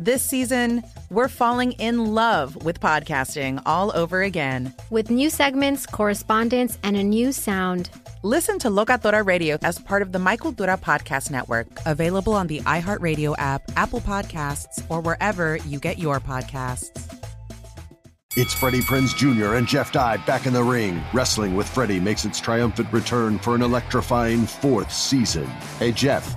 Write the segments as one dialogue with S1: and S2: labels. S1: This season, we're falling in love with podcasting all over again.
S2: With new segments, correspondence, and a new sound.
S1: Listen to Locatora Radio as part of the Michael Dura Podcast Network, available on the iHeartRadio app, Apple Podcasts, or wherever you get your podcasts.
S3: It's Freddie Prinz Jr. and Jeff Dye back in the ring. Wrestling with Freddie makes its triumphant return for an electrifying fourth season. Hey, Jeff.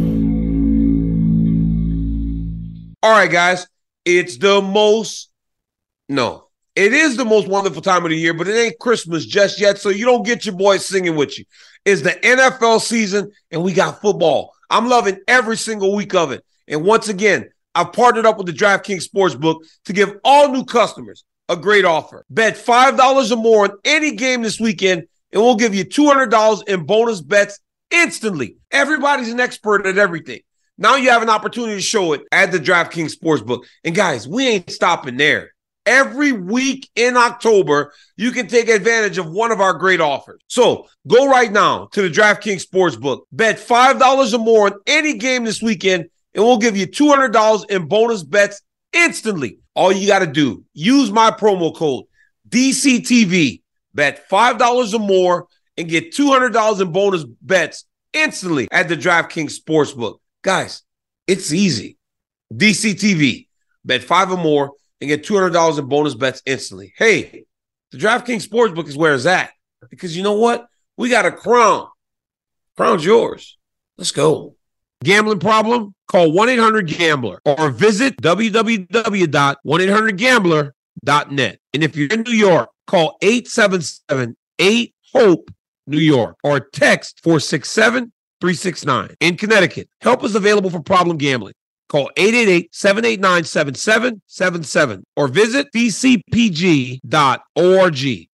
S4: All right, guys, it's the most, no, it is the most wonderful time of the year, but it ain't Christmas just yet. So you don't get your boys singing with you. It's the NFL season, and we got football. I'm loving every single week of it. And once again, I've partnered up with the DraftKings Sportsbook to give all new customers a great offer. Bet $5 or more on any game this weekend, and we'll give you $200 in bonus bets instantly. Everybody's an expert at everything. Now you have an opportunity to show it at the DraftKings Sportsbook. And guys, we ain't stopping there. Every week in October, you can take advantage of one of our great offers. So go right now to the DraftKings Sportsbook. Bet $5 or more on any game this weekend, and we'll give you $200 in bonus bets instantly. All you got to do, use my promo code DCTV. Bet $5 or more and get $200 in bonus bets instantly at the DraftKings Sportsbook. Guys, it's easy. DCTV. Bet five or more and get $200 in bonus bets instantly. Hey, the DraftKings Sportsbook is where it's at because you know what? We got a crown. Crown's yours. Let's go. Gambling problem? Call 1 800 Gambler or visit www.1800Gambler.net. And if you're in New York, call 877 8 HOPE New York or text 467 369 in Connecticut. Help is available for problem gambling. Call 888-789-7777 or visit bcpg.org.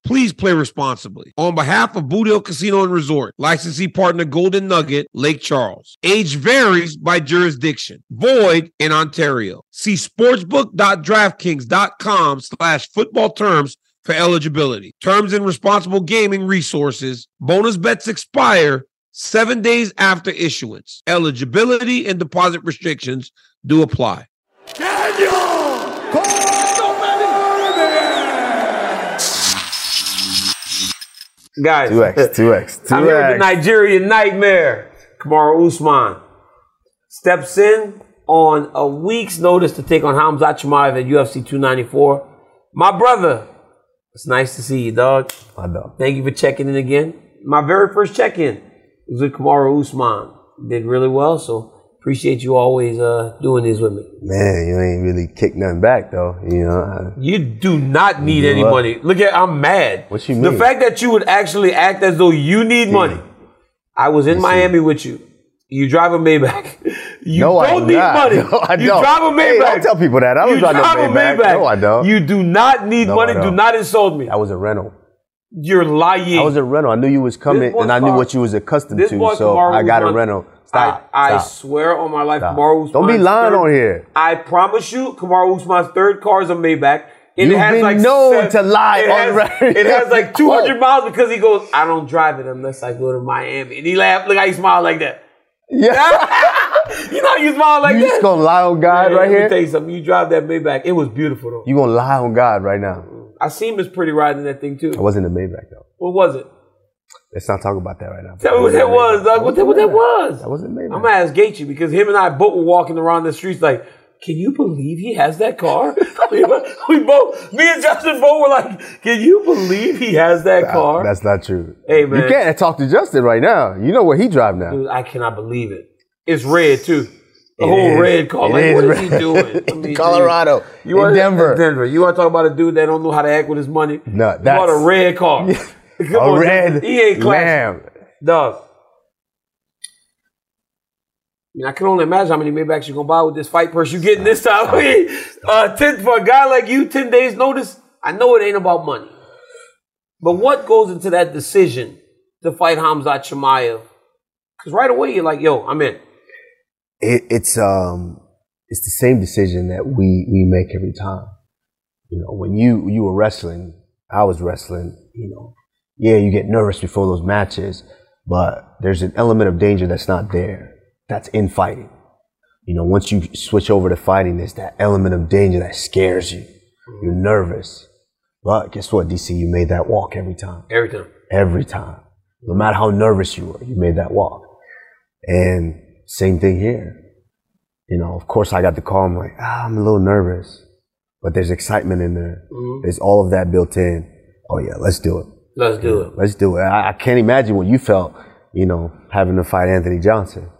S4: Please play responsibly. On behalf of Boot Hill Casino and Resort, licensee partner Golden Nugget, Lake Charles. Age varies by jurisdiction. Void in Ontario. See sportsbook.draftkings.com slash football terms for eligibility. Terms and responsible gaming resources. Bonus bets expire seven days after issuance. Eligibility and deposit restrictions do apply.
S5: Daniel!
S4: Guys,
S6: 2x, 2x, 2x.
S4: I'm here with the Nigerian nightmare, Kamara Usman. Steps in on a week's notice to take on Hamza Chimaev at UFC 294. My brother, it's nice to see you, dog.
S6: My dog.
S4: Thank you for checking in again. My very first check in was with Kamara Usman. Did really well, so appreciate you always uh, doing this with me.
S6: Man, you ain't really kick nothing back though. You know,
S4: I, you do not need any up. money. Look at I'm mad.
S6: What you mean?
S4: The fact that you would actually act as though you need yeah. money. I was in you Miami see. with you. You drive a Maybach. You
S6: no,
S4: don't
S6: I
S4: need
S6: not.
S4: money.
S6: No, I
S4: you
S6: don't.
S4: drive a Maybach.
S6: Hey, don't tell people that. I don't
S4: you
S6: drive,
S4: drive
S6: no Maybach.
S4: a Maybach.
S6: No, I don't.
S4: You do not need
S6: No, I
S4: money. Do
S6: don't.
S4: not insult me.
S6: That was a rental.
S4: You're lying.
S6: I was a rental. I knew you was coming,
S4: This boy
S6: and I knew
S4: Kamara-
S6: what you was accustomed
S4: this
S6: to.
S4: boy
S6: So
S4: Kamara
S6: I got a
S4: Usman-
S6: rental. Stop.
S4: I, I
S6: stop.
S4: swear on my life,
S6: Stop.
S4: Kamara Usman.
S6: Don't be lying on here.
S4: I promise you, Kamara Usman's third car is a Maybach. And it
S6: You've
S4: has
S6: been
S4: like
S6: known
S4: seven-
S6: to lie
S4: it
S6: on
S4: has,
S6: record.
S4: It has like 200
S6: Oh.
S4: miles because he goes, I don't drive it unless I go to Miami. And he laughed. Look how he smiled like that.
S6: Yeah.
S4: You know how you smile like
S6: you
S4: that?
S6: just gonna lie on God
S4: Let
S6: right
S4: me tell
S6: here?
S4: you something. You drive that Maybach. It was beautiful, though. Mm.
S6: You gonna lie on God right now?
S4: I seen Miss Pretty riding that thing, too.
S6: I wasn't a Maybach though.
S4: What was it?
S6: Let's not talk about that right now.
S4: Tell me what that was, dog. What that, what that was.
S6: That wasn't Maybach.
S4: I'm gonna ask Gaethje because him and I both were walking around the streets like,
S7: can you believe he has that car? we, we both, me and Justin both were like, can you believe he has that car?
S5: That's not true.
S7: Hey, man.
S5: You can't talk to Justin right now. You know what he drive now.
S7: Dude, I cannot believe it. It's red too. The whole
S5: is.
S7: red car.
S5: It
S7: Like,
S5: is
S7: what is he
S5: red.
S7: doing? I mean,
S5: Colorado.
S7: dude, You
S5: in
S7: want
S5: Denver.
S7: Denver. You want to talk about a dude that don't know how to act with his money? You
S5: No,
S7: want a
S5: that's-
S7: red car. Come
S5: A
S7: on,
S5: red
S7: He ain't classy,
S5: lamb.
S7: dog. I mean, I can only imagine how many Maybachs you're gonna buy with this fight purse you getting this time. I mean, uh, ten for a guy like you, ten days notice. I know it ain't about money, but what goes into that decision to fight Hamzat Shemaev? Because right away you're like, yo, I'm in.
S5: it, it's um it's the same decision that we we make every time. You know, when you you were wrestling, I was wrestling. You know, yeah, you get nervous before those matches, but there's an element of danger that's not there. That's in fighting. You know, once you switch over to fighting, there's that element of danger that scares you. You're nervous, but guess what, DC? You made that walk every time
S7: Every time.
S5: every time. No matter how nervous you were, you made that walk. And same thing here. You know, of course I got the call. I'm like, ah, I'm a little nervous, but there's excitement in there. There's all of that built in. Oh yeah, let's do it.
S7: Mm-hmm. Let's do it.
S5: Let's do it. I, I can't imagine what you felt, you know, having to fight Anthony Johnson.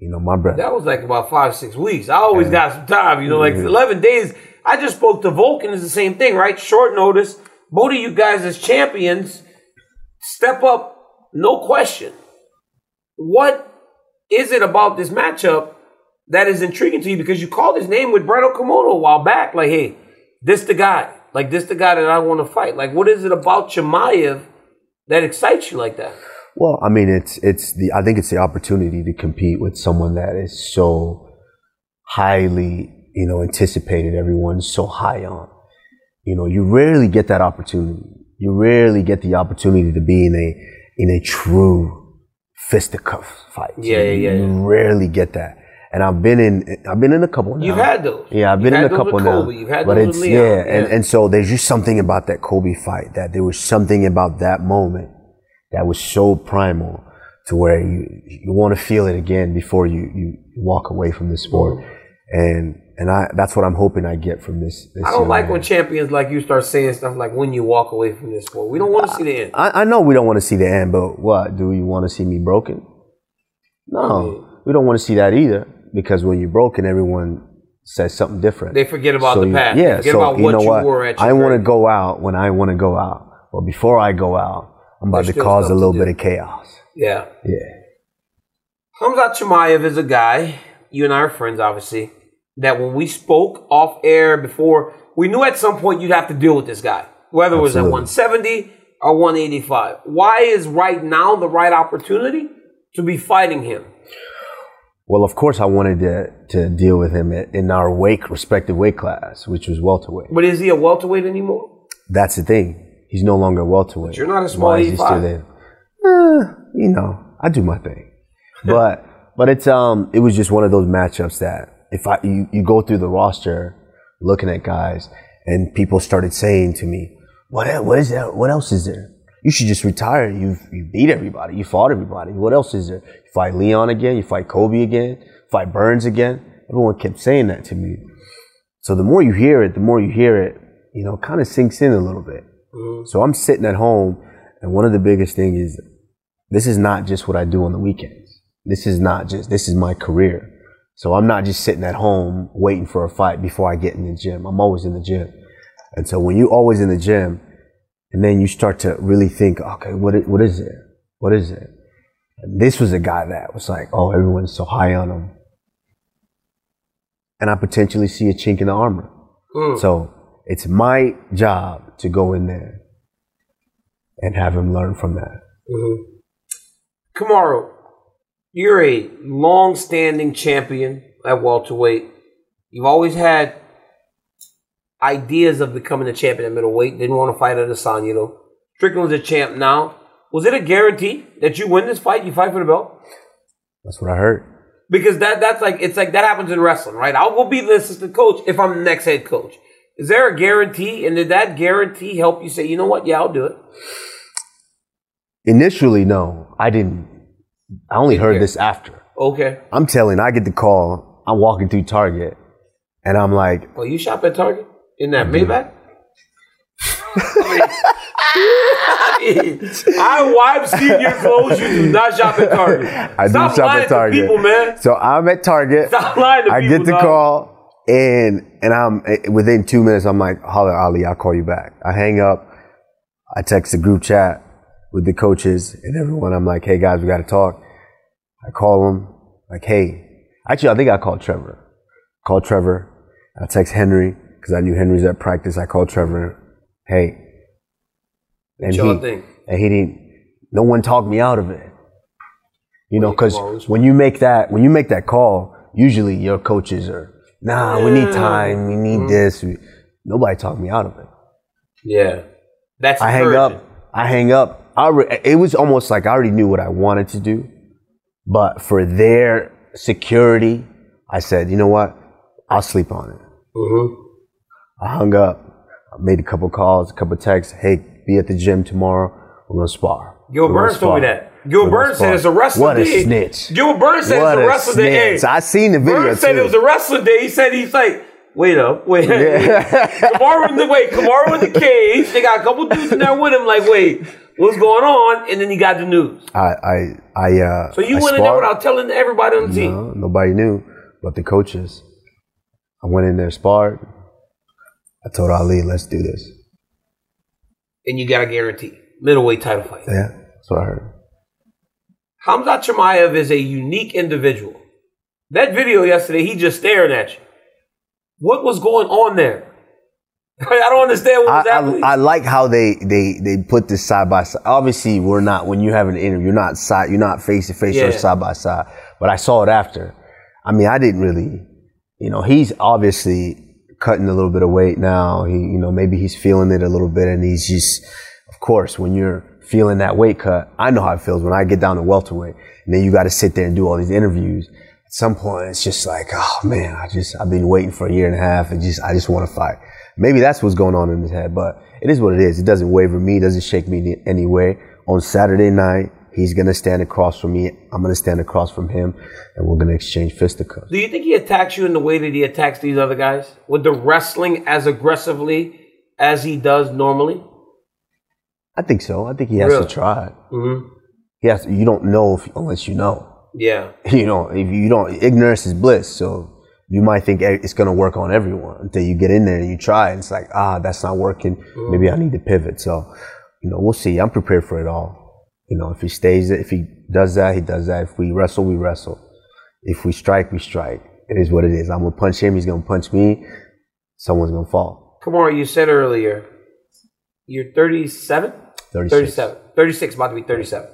S5: You know, my brother.
S7: That was like about five, six weeks. I always got some time, you know, like 11 days. I just spoke to Vulcan, it's the same thing, right? Short notice. Both of you guys as champions, step up, no question. What is it about this matchup that is intriguing to you? Because you called his name with Brett Okamoto a while back, like, hey, this the guy. Like, this the guy that I want to fight. Like, what is it about Chimaev that excites you like that?
S5: Well, I mean, it's it's the I think it's the opportunity to compete with someone that is so highly you know anticipated. Everyone's so high on. You know, you rarely get that opportunity. You rarely get the opportunity to be in a in a true fisticuff fight.
S7: Yeah, yeah, yeah,
S5: You rarely get that. And I've been in I've been in a couple.
S7: You've
S5: now.
S7: had those.
S5: Yeah, I've
S7: You've
S5: been in
S7: had
S5: a
S7: those with
S5: couple now.
S7: Kobe. You've had
S5: but
S7: those
S5: it's
S7: with
S5: yeah,
S7: Leon.
S5: And, and so there's just something about that Kobe fight that there was something about that moment that was so primal to where you you want to feel it again before you you walk away from the sport. And and I that's what I'm hoping I get from this. this
S7: I don't
S5: young
S7: like
S5: man.
S7: when champions like you start saying stuff like when you walk away from this sport. We don't want to see the end.
S5: I, I know we don't want to see the end, but what do you want to see me broken? No, we don't want to see that either because when you're broken, everyone says something different.
S7: They forget about the
S5: you-
S7: past. They
S5: Yeah,
S7: forget
S5: so
S7: about
S5: you
S7: what
S5: know
S7: you
S5: what?
S7: were at your
S5: I want to
S7: greatest.
S5: go out when I want to go out, but before I go out, I'm about
S7: There's
S5: to
S7: still
S5: cause a
S7: stuff to
S5: little
S7: do.
S5: bit of chaos.
S7: Yeah.
S5: Yeah,
S7: Hamzat Chimaev is a guy, you and I are friends, obviously, that when we spoke off air before, we knew at some point you'd have to deal with this guy, whether it was at
S5: Absolutely.
S7: 170 or 185. Why is right now the right opportunity to be fighting him?
S5: Well, of course, I wanted to to deal with him i- in our wake, respective weight class, which was welterweight.
S7: But is he a welterweight anymore?
S5: That's the thing. He's no longer welterweight.
S7: But you're not a small
S5: Why is he still
S7: 85.
S5: there? Eh, you know, I do my thing. But but it's um it was just one of those matchups that if I you, you go through the roster looking at guys and people started saying to me, What el- what is that what else is there? You should just retire. You you beat everybody, you fought everybody. What else is there? You fight Leon again, you fight Kobe again, fight Burns again. Everyone kept saying that to me. So the more you hear it, the more you hear it, you know, kind of sinks in a little bit. So I'm sitting at home, and one of the biggest things is this is not just what I do on the weekends. This is not just, this is my career. So I'm not just sitting at home waiting for a fight before I get in the gym. I'm always in the gym. And so when you're always in the gym, and then you start to really think, okay, what is, what is it? What is it? And this was a guy that was like, oh, everyone's so high on him. And I potentially see a chink in the armor. So it's my job to go in there and have him learn from that.
S7: Kamaro, you're a long-standing champion at welterweight. You've always had ideas of becoming a champion at middleweight. Didn't want to fight at Adesanya though. Strickland's a champ now. Was it a guarantee that you win this fight? You fight for the belt
S5: That's what I heard.
S7: because that that's like it's like that happens in wrestling, right? I'll go be the assistant coach if I'm the next head coach. Is there a guarantee? And did that guarantee help you say, you know what? Yeah, I'll do it.
S5: Initially, no, I didn't. I only heard
S7: care.
S5: this after.
S7: Okay.
S5: I'm telling, I get the call. I'm walking through Target,
S6: And I'm like,
S5: Well, you shop at Target in that Maybach. I wipe senior clothes. You do not shop at Target.
S6: I
S5: Stop
S6: do shop
S5: lying
S6: at
S5: to
S6: Target.
S5: people, man.
S6: So I'm at Target.
S5: Stop lying to
S6: I
S5: people,
S6: get the
S5: dog.
S6: call, and and I'm eh, within two minutes. I'm like, holler Ali, I'll call you back. I hang up. I text the group chat with the coaches and everyone. I'm like, hey guys, we got to talk. I call him. Like, hey, actually, I think I called Trevor. Called Trevor. I text Henry because I knew Henry's at practice. I called Trevor. Hey. And
S5: y'all
S6: he,
S5: think?
S6: and he didn't. No one talked me out of it. You know,
S5: Well, you can
S6: because
S5: always-
S6: when you make that when you make that call, usually your coaches are, nah, we need time, we need this. We, nobody talked me out of it.
S5: Yeah, that's.
S6: I hang
S5: urgent.
S6: up. I hang up. I re- it was almost like I already knew what I wanted to do, but for their security, I said, you know what? I'll sleep on it.
S5: Mhm.
S6: I hung up. I made a couple calls, a couple texts. Hey, be at the gym tomorrow. We're gonna spar.
S5: Gil
S6: We're gonna
S5: Burns told me
S6: spar.
S5: that.
S6: We're
S5: Gil
S6: gonna
S5: Burns said
S6: spar."
S5: it's a wrestling
S6: What a
S5: day.
S6: snitch.
S5: Gil Burns said
S6: What
S5: it's a
S6: a
S5: wrestling day.
S6: snitch. I seen the video,
S5: Burns said
S6: too.
S5: it was a wrestling day. He said he's like, wait up, wait. Kamara in the wait, Kamara in the cage. They got a couple dudes in there with him. Like, wait, what's going on? And then he got the news.
S6: I, I, I. Uh,
S5: So you
S6: I
S5: went in there
S6: sparred.
S5: without telling everybody on the team.
S6: No, nobody knew but the coaches. I went in there, sparred. I told Ali, let's do this.
S5: and you got a guarantee middleweight title fight.
S6: Yeah, that's what I heard.
S5: Hamza Chimaev is a unique individual. That video yesterday, he just staring at you. What was going on there? I don't understand what was
S6: I,
S5: happening.
S6: I, I like how they, they, they put this side by side. Obviously, we're not when you have an interview, you're not side, you're not face to face
S5: Yeah.
S6: or side by side. But I saw it after. I mean, I didn't really, you know, he's obviously cutting a little bit of weight now. He, you know, maybe he's feeling it a little bit, and he's just, of course, when you're feeling that weight cut, I know how it feels when I get down to welterweight, and then you got to sit there and do all these interviews. At some point, it's just like, oh man, I just I've been waiting for a year and a half, and just I just want to fight. Maybe that's what's going on in his head, but it is what it is. It doesn't waver me, doesn't shake me in any way. On Saturday night, he's gonna stand across from me. I'm gonna stand across from him, and we're gonna exchange fisticuffs.
S5: Do you think he attacks you in the way that he attacks these other guys? With the wrestling as aggressively as he does normally?
S6: I think so. I think he has
S5: Really?
S6: to try. it.
S5: Mm-hmm.
S6: He has. You don't know if, unless you know.
S5: Yeah.
S6: You know, if you don't, ignorance is bliss. So you might think e- it's gonna work on everyone until you get in there and you try, and it's like, ah, that's not working. Maybe I need to pivot. So, you know, we'll see. I'm prepared for it all. You know, if he stays, if he does that, he does that. If we wrestle, we wrestle. If we strike, we strike. It is what it is. I'm gonna punch him. He's gonna punch me. Someone's gonna fall.
S5: Kamara, you said earlier, you're 37?
S6: 36.
S5: 37. 36, about to be 37.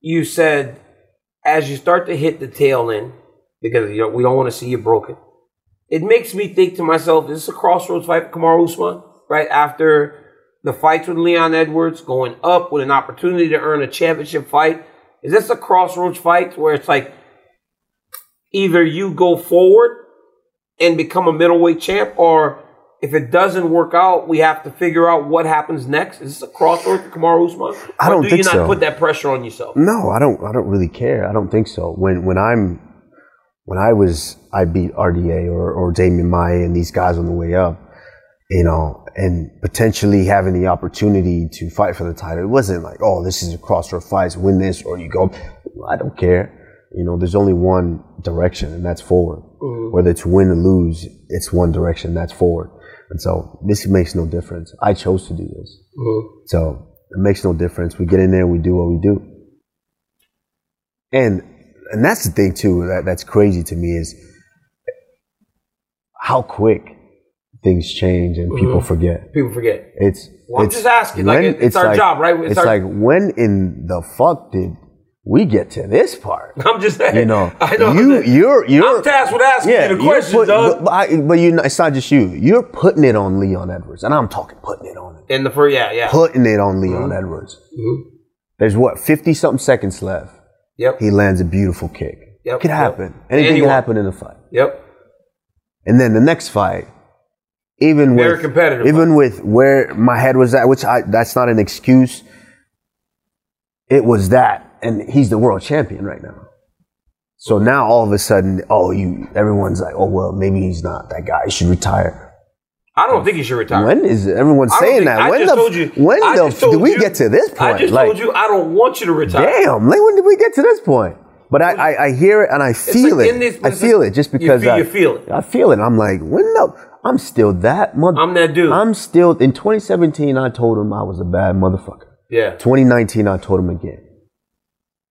S5: You said as you start to hit the tail end, because you know, we don't want to see you broken, it makes me think to myself, is this a crossroads fight for Kamaru Usman? Right after the fights with Leon Edwards, going up with an opportunity to earn a championship fight. Is this a crossroads fight where it's like either you go forward and become a middleweight champ, or if it doesn't work out, we have to figure out what happens next. Is this a crossroad for Kamaru Usman?
S6: I
S5: Or
S6: don't
S5: do you
S6: think
S5: not
S6: so.
S5: put that pressure on yourself?
S6: No, I don't. I don't really care. I don't think so. When when I'm when I was I beat RDA or or Damien Maya and these guys on the way up, you know, and potentially having the opportunity to fight for the title. It wasn't like oh, this is a crossroad fight. Win this or you go. I don't care. You know, there's only one direction, and that's forward. Whether it's win or lose, it's one direction. That's forward. And so this makes no difference. I chose to do this, so it makes no difference. We get in there, we do what we do and and that's the thing too that, that's crazy to me is how quick things change and people forget
S5: People forget.
S6: it's
S5: Mm-hmm. Well, I'm
S6: it's
S5: just asking, like, it- it's our job, right? It's
S6: it's,
S5: our-
S6: like when in the fuck did we get to this part
S5: I'm just saying.
S6: you know
S5: I know
S6: you you're you're
S5: I'm tasked with asking you the
S6: you're
S5: question,
S6: put-
S5: dog.
S6: but, but, I, but you it's not just you you're putting it on leon edwards and i'm talking putting it on him
S5: in the first, yeah, Mm-hmm. yeah.
S6: putting it on leon edwards there's what 50 something seconds left
S5: Yep.
S6: he lands a beautiful kick.
S5: Yep,
S6: It could
S5: yep.
S6: happen. Anything can
S5: Anyone.
S6: happen in a fight.
S5: Yep.
S6: And then the next fight, even
S5: Very
S6: with
S5: competitive
S6: even with where my head was at, which I that's not an excuse. It was that, and he's the world champion right now. So now all of a sudden, oh, you everyone's like, oh well, maybe he's not that guy. He should retire.
S5: I don't think he should retire.
S6: When is everyone
S5: I don't
S6: saying
S5: think-
S6: that?
S5: I
S6: when
S5: just
S6: the
S5: told you-
S6: when
S5: I
S6: the
S5: just told
S6: did we
S5: you-
S6: get to this point?
S5: I just told you I don't want you to retire.
S6: damn, like when did we get to this point? But I, I, I hear it and I feel
S5: like
S6: it.
S5: in this-
S6: I feel it just
S5: You
S6: because
S5: feel-
S6: I
S5: you feel it.
S6: I feel it. I'm like, when the I'm still that mother.
S5: I'm that dude.
S6: I'm still in 2017. I told him I was a bad motherfucker.
S5: Yeah.
S6: 2019, I told him again.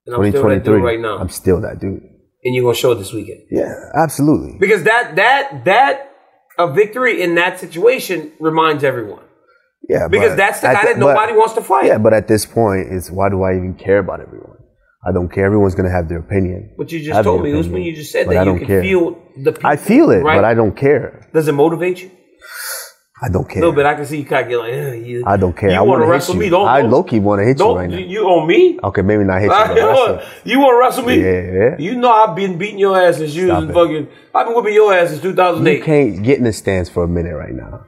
S5: And I'm still that
S6: 2023,
S5: dude right now.
S6: I'm still that dude.
S5: and you're gonna show it this weekend.
S6: Yeah, absolutely.
S5: Because that that that a victory in that situation reminds everyone.
S6: Yeah,
S5: Because
S6: but
S5: that's the
S6: at
S5: guy that
S6: but-
S5: nobody wants to fight.
S6: Yeah, but at this point, it's why do I even care about everyone? I don't care. Everyone's gonna have their opinion.
S5: What you just
S6: Have
S5: told
S6: your
S5: me, was when
S6: opinion,
S5: you just said
S6: but I
S5: that you
S6: don't
S5: can
S6: care.
S5: feel the people.
S6: I feel it,
S5: right?
S6: but I don't care.
S5: Does it motivate you?
S6: I don't
S5: A
S6: care.
S5: little bit. I can see you kind of get like, eh, you,
S6: I don't care.
S5: You
S6: I
S5: want
S6: wanna
S5: to
S6: hit
S5: wrestle
S6: you.
S5: me? Don't
S6: I
S5: don't-
S6: low-key wanna hit you
S5: don't-
S6: right now.
S5: You, you on me?
S6: okay, maybe not hit you. But that's a-
S5: you want to wrestle me?
S6: Yeah.
S5: You know I've been beating your ass since you
S6: Stop
S5: was
S6: it.
S5: fucking. I've been whipping your ass since
S6: you
S5: 2008.
S6: can't get in the stands for a minute right now.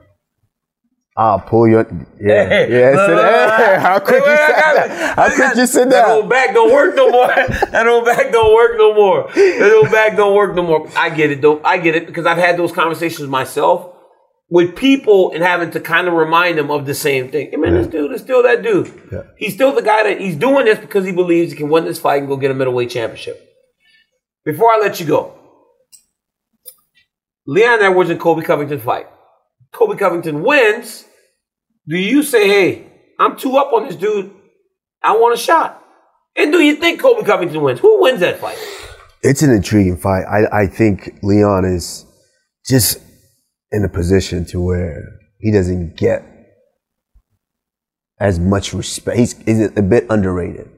S6: I'll pull your yeah
S5: Hey,
S6: yeah.
S5: blah,
S6: sit-
S5: blah, blah,
S6: hey,
S5: blah.
S6: how quick
S5: Hey,
S6: you
S5: man, I
S6: said
S5: got it.
S6: that? How
S5: I
S6: quick
S5: got-
S6: you said
S5: That
S6: that?
S5: old back don't work no more. that old back don't work no more. That old back don't work no more. I get it though. I get it because I've had those conversations myself with people and having to kind of remind them of the same thing. Hey man, this dude is still that dude. He's still the guy that he's doing this because he believes he can win this fight and go get a middleweight championship. Before I let you go, Leon Edwards and Kobe Covington fight. Kobe Covington wins. Do you say, hey, I'm two up on this dude. I want a shot. And do you think Kobe Covington wins? Who wins that fight?
S6: It's an intriguing fight. I I think Leon is just in a position to where he doesn't get as much respect. He's, he's a bit underrated,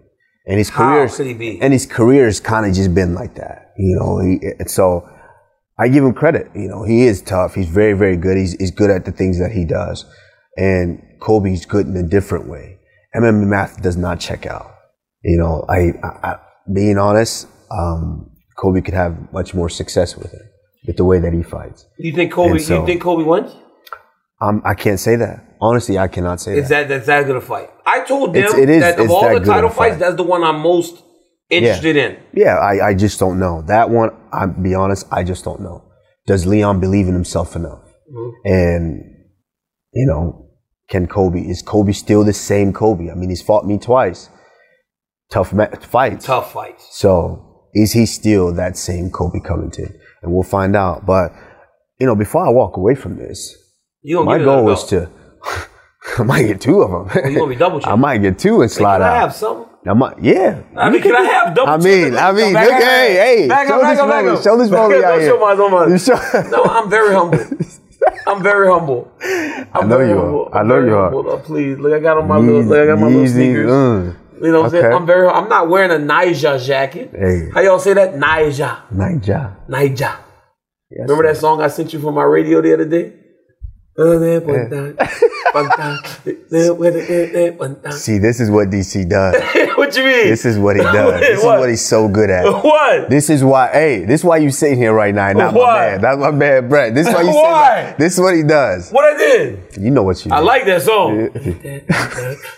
S6: and his
S5: How
S6: career
S5: could he be?
S6: and his career's kind of just been like that, you know. He, and so I give him credit. You know, he is tough. He's very very good. He's he's good at the things that he does, and Kobe's good in a different way. MMA math does not check out. You know, I, I, I being honest, um, Kobe could have much more success with it with the way that he fights.
S5: You think Kobe?
S6: And so-
S5: you think Kobe wins?
S6: Um, I can't say that. Honestly, I cannot say
S5: Is
S6: that.
S5: that that's that good a fight? I told them
S6: It's- it is-
S5: that of
S6: it's
S5: all
S6: that
S5: the
S6: good of
S5: title
S6: a fight.
S5: fights, that's the one I'm most interested in.
S6: Yeah, I, I just don't know. That one, I'll be honest, I just don't know. Does Leon believe in himself enough?
S5: Mm-hmm.
S6: And, you know, can Kobe, is Kobe still the same Kobe? I mean, he's fought me twice. Tough ma- fights.
S5: Tough fights.
S6: So is he still that same Kobe Covington? And we'll find out. But, you know, before I walk away from this,
S5: You gonna
S6: my
S5: get another
S6: goal is
S5: belt.
S6: to, I might get two of them.
S5: You gonna be double
S6: I
S5: champ?
S6: might get two and
S5: Hey,
S6: slide
S5: can I
S6: out.
S5: have some?
S6: I might, yeah.
S5: I mean, can I have double?
S6: I mean, I mean,
S5: Back
S6: look,
S5: up,
S6: hey, hey,
S5: back up,
S6: show
S5: back
S6: this
S5: up, back
S6: moment,
S5: up.
S6: show this
S5: Back up,
S6: moment
S5: don't
S6: out here.
S5: show mine, don't mine.
S6: You show-
S5: No, I'm very humble. I'm very humble. I'm
S6: I know
S5: very
S6: you are.
S5: humble.
S6: I
S5: I'm
S6: know
S5: very
S6: you are.
S5: humble. Oh, please, look, I got on my little, look, I got my little
S6: Yeezy,
S5: sneakers.
S6: mm.
S5: You know what I'm saying?
S6: Okay.
S5: I'm very. I'm not wearing a Niger jacket.
S6: Hey.
S5: How y'all say that? Niger,
S6: Nice job.
S5: Niger.
S6: Yes,
S5: Remember that
S6: sir.
S5: song I sent you from my radio the other day? what
S6: See, this is what DC does.
S5: you mean?
S6: This is what he does. This is
S5: What?
S6: what he's so good at.
S5: what?
S6: This is why, hey, this is why you sitting here right now, and not
S5: Why?
S6: my man. That's my man, Brett. This is why you sitting
S5: Why?
S6: like- This is what he does.
S5: What I did?
S6: You know what you do.
S5: I like that song.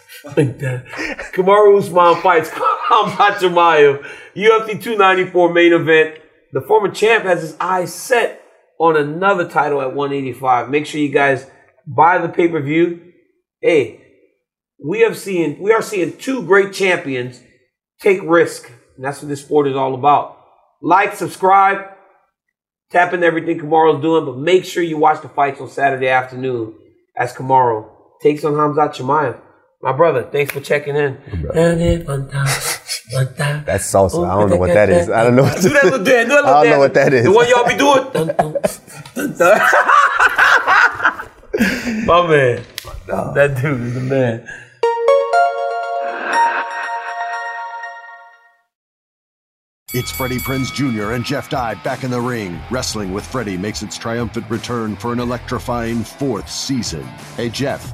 S5: Kamaru Usman fights Khamzat Chimaev. UFC 294 main event. The former champ has his eyes set on another title at 185. Make sure you guys buy the pay per view. Hey, we have seen we are seeing two great champions take risk. And that's what this sport is all about. Like, subscribe, tap into everything Kamaro's doing, but make sure you watch the fights on Saturday afternoon as Kamaro takes on Hamzat Chimaev. My brother, thanks for checking in. That's
S6: That's salsa. I don't know what that is. I don't know what
S5: do that little dance. Do that little
S6: I don't know
S5: dance.
S6: what that is.
S5: The one y'all be doing. Dun, dun, dun, dun. My man. That dude is the man.
S3: It's Freddie Prinz Jr. and Jeff Dye back in the ring. Wrestling with Freddie makes its triumphant return for an electrifying fourth season. Hey, Jeff,